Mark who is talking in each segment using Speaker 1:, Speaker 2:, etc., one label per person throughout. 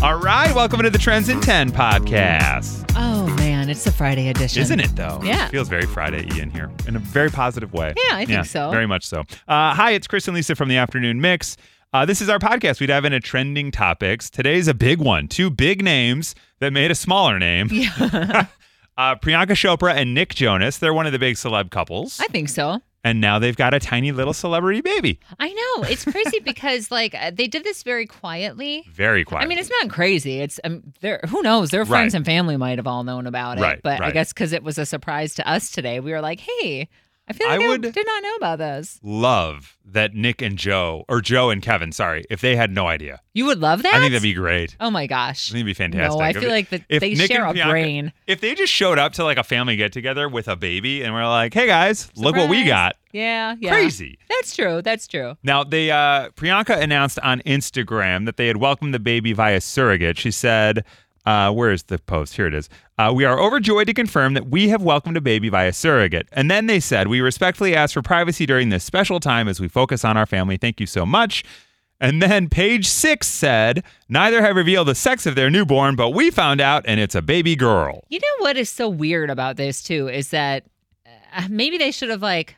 Speaker 1: All right, welcome to the Trends in 10 podcast.
Speaker 2: Oh man, it's the Friday edition,
Speaker 1: Isn't it though?
Speaker 2: Yeah.
Speaker 1: It feels very Friday y in here in a very positive way.
Speaker 2: Yeah, I think so.
Speaker 1: Very much so. Uh, hi, it's Chris and Lisa from the Afternoon Mix. Uh, this is our podcast. We dive into trending topics. Today's a big one. Two big names that made a smaller name.
Speaker 2: Yeah,
Speaker 1: Uh, Priyanka Chopra and Nick Jonas. They're one of the big celeb couples.
Speaker 2: I think so.
Speaker 1: and now they've got a tiny little celebrity baby.
Speaker 3: I know it's crazy because like uh, they did this very quietly.
Speaker 1: Very quiet.
Speaker 2: I mean, it's not crazy. It's um, there. Who knows? Their friends
Speaker 1: Right.
Speaker 2: and family might have all known about it,
Speaker 1: Right,
Speaker 2: but I
Speaker 1: right.
Speaker 2: guess because it was a surprise to us today, we were like, "Hey, I feel
Speaker 1: I
Speaker 2: like I,
Speaker 1: would-
Speaker 2: did not know about this."
Speaker 1: love that Nick and Joe, or Joe and Kevin, sorry, if they had no idea.
Speaker 2: You would love that.
Speaker 1: I think that'd be great.
Speaker 2: oh my
Speaker 1: I
Speaker 2: gosh.
Speaker 1: think it'd be fantastic.
Speaker 2: No, I
Speaker 1: If-
Speaker 2: feel like that
Speaker 1: if
Speaker 2: they
Speaker 1: Nick
Speaker 2: share a
Speaker 1: and Bianca-
Speaker 2: brain.
Speaker 1: If they just showed up to like a family get together with a baby and we're like, hey guys, look what we
Speaker 2: Surprise.
Speaker 1: got.
Speaker 2: Yeah, yeah.
Speaker 1: Crazy.
Speaker 2: That's true. That's true.
Speaker 1: Now they uh Priyanka announced on Instagram that they had welcomed the baby via surrogate. She said uh, where is the post? Here it is. Uh, we are overjoyed to confirm that we have welcomed a baby via surrogate. And then they said, We respectfully ask for privacy during this special time as we focus on our family. Thank you so much. And then page six said, Neither have revealed the sex of their newborn, but we found out and it's a baby girl.
Speaker 2: You know what is so weird about this too is that uh, maybe they should have like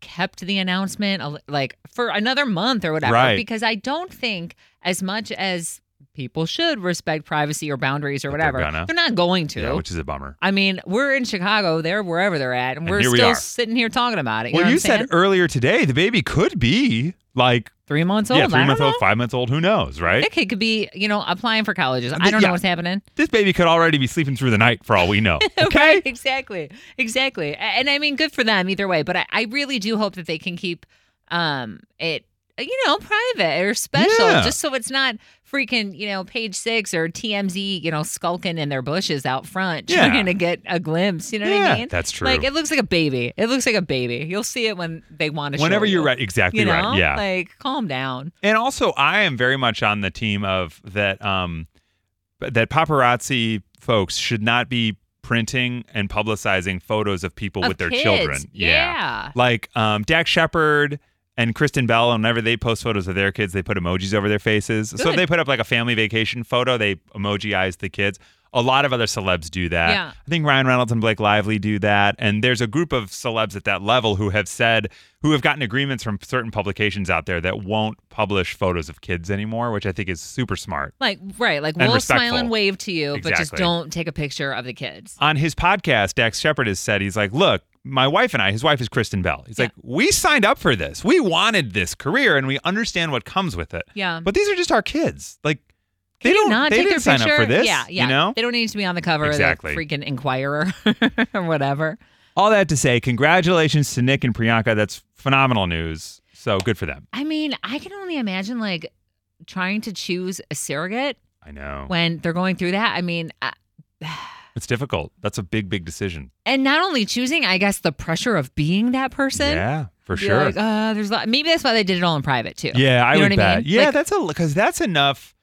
Speaker 2: kept the announcement a- like for another month or whatever
Speaker 1: Right.
Speaker 2: because I don't think as much as people should respect privacy or boundaries or
Speaker 1: But they're
Speaker 2: whatever.
Speaker 1: gonna.
Speaker 2: not going to.
Speaker 1: Yeah, which is a bummer.
Speaker 2: I mean, we're in Chicago, they're wherever they're at, and,
Speaker 1: And
Speaker 2: we're
Speaker 1: here we
Speaker 2: still
Speaker 1: are.
Speaker 2: sitting here talking about it. You
Speaker 1: well,
Speaker 2: know what
Speaker 1: you
Speaker 2: I'm
Speaker 1: said
Speaker 2: saying?
Speaker 1: earlier today the baby could be like
Speaker 2: three months old.
Speaker 1: yeah,
Speaker 2: I
Speaker 1: three
Speaker 2: don't
Speaker 1: month old,
Speaker 2: know.
Speaker 1: five months old. Who knows, right?
Speaker 2: That kid could be, you know, applying for colleges. I
Speaker 1: mean,
Speaker 2: don't
Speaker 1: yeah.
Speaker 2: know what's happening.
Speaker 1: This baby could already be sleeping through the night for all we know.
Speaker 2: right exactly exactly A- and i mean good for them either way but i, I really do hope that they can keep um it you know private or special
Speaker 1: Yeah.
Speaker 2: just so it's not freaking you know page six or tmz you know skulking in their bushes out front
Speaker 1: Yeah.
Speaker 2: trying to get a glimpse you know what
Speaker 1: Yeah,
Speaker 2: i mean
Speaker 1: that's true.
Speaker 2: like it looks like a baby it looks like a baby you'll see it when they want to
Speaker 1: Whenever
Speaker 2: show
Speaker 1: you're
Speaker 2: you.
Speaker 1: right, exactly
Speaker 2: you know
Speaker 1: right. Yeah.
Speaker 2: like calm down
Speaker 1: and also, I am very much on the team of that um that paparazzi folks should not be printing and publicizing photos of people with
Speaker 2: Of
Speaker 1: their
Speaker 2: kids.
Speaker 1: children.
Speaker 2: yeah
Speaker 1: Like um Dak Shepard and Kristen Bell, whenever they post photos of their kids, they put emojis over their faces. So if
Speaker 2: Good.
Speaker 1: they put up like a family vacation photo, they emojiize the kids. A lot of other celebs do that.
Speaker 2: Yeah.
Speaker 1: I think Ryan Reynolds and Blake Lively do that. And there's a group of celebs at that level who have said, who have gotten agreements from certain publications out there that won't publish photos of kids anymore, which I think is super smart.
Speaker 2: like right like
Speaker 1: And
Speaker 2: we'll smile
Speaker 1: respectful.
Speaker 2: and wave to you but just
Speaker 1: Exactly.
Speaker 2: don't take a picture of the kids
Speaker 1: on his podcast, Dax Shepard has said, he's like, look, my wife and I, his wife is Kristen Bell. He's
Speaker 2: Yeah.
Speaker 1: like, we signed up for this. We wanted this career and we understand what comes with it.
Speaker 2: yeah
Speaker 1: But these are just our kids. Like,
Speaker 2: Can
Speaker 1: they
Speaker 2: you
Speaker 1: don't
Speaker 2: not
Speaker 1: they
Speaker 2: take
Speaker 1: didn't
Speaker 2: their
Speaker 1: sign
Speaker 2: picture?
Speaker 1: up for this.
Speaker 2: Yeah, yeah.
Speaker 1: You know?
Speaker 2: they don't need to be on the cover
Speaker 1: Exactly.
Speaker 2: of the freaking Inquirer or whatever.
Speaker 1: All that to say, congratulations to Nick and Priyanka. That's phenomenal news. So good for them.
Speaker 2: I mean, I can only imagine like trying to choose a surrogate
Speaker 1: I know.
Speaker 2: when they're going through that. I mean, uh, I,
Speaker 1: it's difficult. That's a big, big decision.
Speaker 2: and not only choosing, I guess the pressure of being that person.
Speaker 1: yeah, for
Speaker 2: Be
Speaker 1: sure.
Speaker 2: Like, uh, there's a lot. maybe that's why they did it all in private too.
Speaker 1: Yeah, I
Speaker 2: You know
Speaker 1: would
Speaker 2: what I
Speaker 1: bet.
Speaker 2: mean?
Speaker 1: Yeah,
Speaker 2: Like-
Speaker 1: that's a because that's enough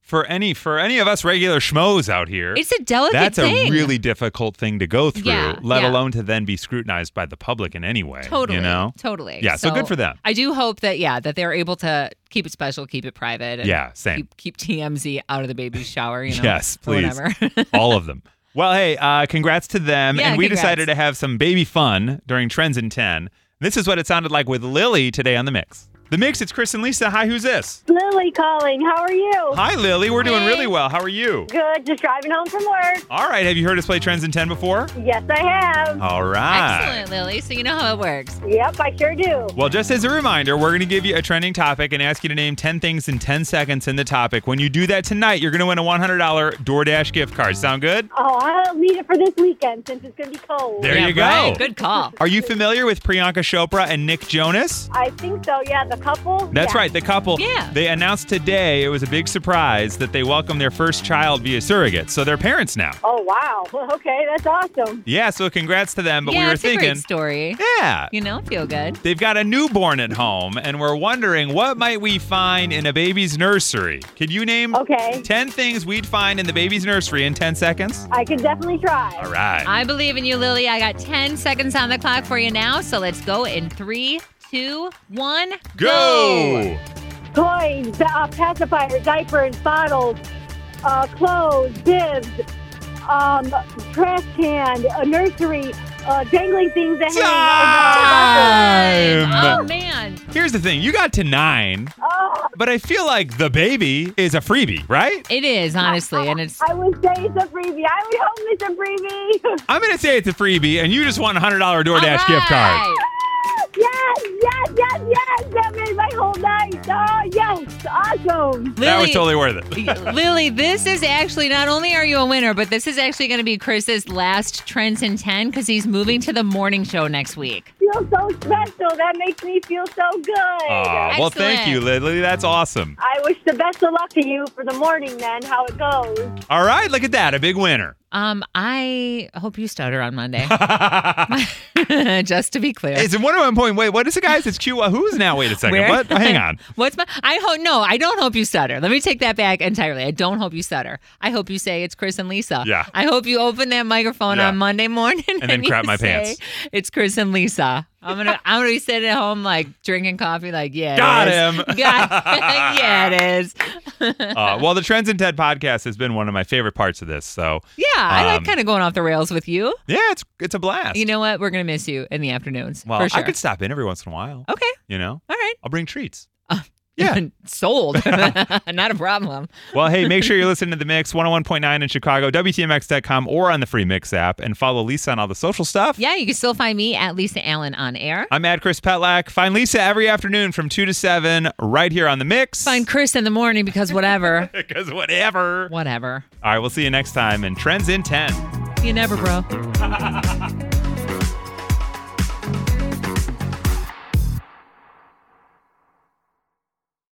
Speaker 1: for any for any of us regular schmoes out here.
Speaker 2: It's a delicate
Speaker 1: that's
Speaker 2: thing.
Speaker 1: a really difficult thing to go through,
Speaker 2: Yeah,
Speaker 1: let
Speaker 2: yeah.
Speaker 1: alone to then be scrutinized by the public in any way.
Speaker 2: totally,
Speaker 1: You know?
Speaker 2: totally.
Speaker 1: Yeah, so, good for them.
Speaker 2: I do hope that yeah that they're able to keep it special, keep it private. and
Speaker 1: Yeah, same.
Speaker 2: Keep, keep TMZ out of the baby's shower. You know.
Speaker 1: Yes,
Speaker 2: or
Speaker 1: please.
Speaker 2: Whatever.
Speaker 1: All of them. Well, hey, uh, congrats to them.
Speaker 2: Yeah,
Speaker 1: and we
Speaker 2: congrats.
Speaker 1: decided to have some baby fun during Trends in 10. This is what it sounded like with Lily today on The Mix. The Mix, it's Chris and Lisa. Hi, who's this?
Speaker 4: Lily calling. How are you?
Speaker 1: Hi, Lily. We're doing
Speaker 2: Hey.
Speaker 1: really well. How are you?
Speaker 4: Good. Just driving home from work.
Speaker 1: All right. Have you heard us play Trends in 10 before?
Speaker 4: Yes, I have.
Speaker 1: All right.
Speaker 2: Excellent, Lily. So you know how it works.
Speaker 4: Yep, I sure do.
Speaker 1: Well, just as a reminder, we're going to give you a trending topic and ask you to name 10 things in 10 seconds in the topic. When you do that tonight, you're going to win a $100 DoorDash gift card. Sound good?
Speaker 4: Oh, I'll need it for this weekend since it's going to be cold.
Speaker 1: There
Speaker 2: yeah,
Speaker 1: you go.
Speaker 2: Right? Good call.
Speaker 1: Are you familiar with Priyanka Chopra and Nick Jonas?
Speaker 4: I think so. Yeah, the couple.
Speaker 1: That's
Speaker 4: Yeah.
Speaker 1: right, the couple.
Speaker 2: Yeah.
Speaker 1: They announced today, it was a big surprise, that they welcomed their first child via surrogate. So they're parents now.
Speaker 4: Oh, wow. Okay, that's awesome.
Speaker 1: Yeah, so congrats to them. But
Speaker 2: yeah,
Speaker 1: we were
Speaker 2: it's a
Speaker 1: thinking,
Speaker 2: great story.
Speaker 1: yeah,
Speaker 2: You know, feel good.
Speaker 1: They've got a newborn at home, and we're wondering what might we find in a baby's nursery. Could you name
Speaker 4: Okay.
Speaker 1: 10 things we'd find in the baby's nursery in 10 seconds?
Speaker 4: I could definitely try.
Speaker 1: All right.
Speaker 2: I believe in you, Lily. I got 10 seconds on the clock for you now. So let's go in three, two, one,
Speaker 1: Go!
Speaker 4: Toys, uh, pacifiers, diapers, bottles, uh, clothes, bibs, um, trash can, a nursery, uh, dangling things that hang.
Speaker 1: Time!
Speaker 2: Oh man.
Speaker 1: Here's the thing you got to nine,
Speaker 4: Oh,
Speaker 1: but I feel like the baby is a freebie, right?
Speaker 2: It is honestly, and it's
Speaker 4: I would say it's a freebie. I would hope it's a freebie.
Speaker 1: I'm going to say it's a freebie, and you just won a $100 DoorDash gift card.
Speaker 4: yes, yes, yes, yes. That made my whole night. Oh, yes. Awesome.
Speaker 2: Lily,
Speaker 1: That was totally worth it.
Speaker 2: Lily, this is actually not only are you a winner, but this is actually going to be Chris's last Trends in 10 because he's moving to the morning show next week.
Speaker 4: Feel so special. That makes me feel so good.
Speaker 1: Aw, well, thank you,
Speaker 2: Excellent.
Speaker 1: Lily. That's awesome.
Speaker 4: I wish the best of luck to you for the morning, then, how it goes.
Speaker 1: All right, look at that. A big winner.
Speaker 2: Um, I hope you stutter on Monday,
Speaker 1: it's
Speaker 2: just to be clear.
Speaker 1: at one one point. Wait, what is it, guys? It's Chihuahua. Who's now? Wait a second.
Speaker 2: Where?
Speaker 1: What? Hang on.
Speaker 2: What's my? I hope no. I don't hope you stutter. Let me take that back entirely. I don't hope you stutter. I hope you say it's Chris and Lisa.
Speaker 1: Yeah.
Speaker 2: I hope you open that microphone
Speaker 1: Yeah.
Speaker 2: on Monday morning and,
Speaker 1: then
Speaker 2: you
Speaker 1: crap my
Speaker 2: say,
Speaker 1: pants.
Speaker 2: It's Chris and Lisa. I'm gonna I'm gonna be sitting at home like drinking coffee like yeah. it
Speaker 1: Got
Speaker 2: is.
Speaker 1: him.
Speaker 2: Got yeah it is.
Speaker 1: Uh, well, the Trends in Ted podcast has been one of my favorite parts of this. So
Speaker 2: Yeah, I
Speaker 1: Um,
Speaker 2: like kind of going off the rails with you.
Speaker 1: yeah, it's it's a blast.
Speaker 2: You know what? We're gonna miss you in the afternoons
Speaker 1: well,
Speaker 2: for sure. Oh.
Speaker 1: I could stop in every once in a while.
Speaker 2: okay,
Speaker 1: You know,
Speaker 2: all right.
Speaker 1: I'll bring treats.
Speaker 2: Uh,
Speaker 1: Yeah.
Speaker 2: Sold. Not a problem.
Speaker 1: Well, hey, make sure you're listening to The Mix 101.9 in Chicago, WTMX.com, or on the free Mix app, and follow Lisa on all the social stuff.
Speaker 2: Yeah, you can still find me at Lisa Allen on air.
Speaker 1: I'm at Chris Petlak. Find Lisa every afternoon from 2 to 7 right here on The Mix.
Speaker 2: find Chris in the morning because whatever.
Speaker 1: Because whatever.
Speaker 2: whatever.
Speaker 1: All right, we'll see you next time in Trends in 10.
Speaker 2: You never, bro.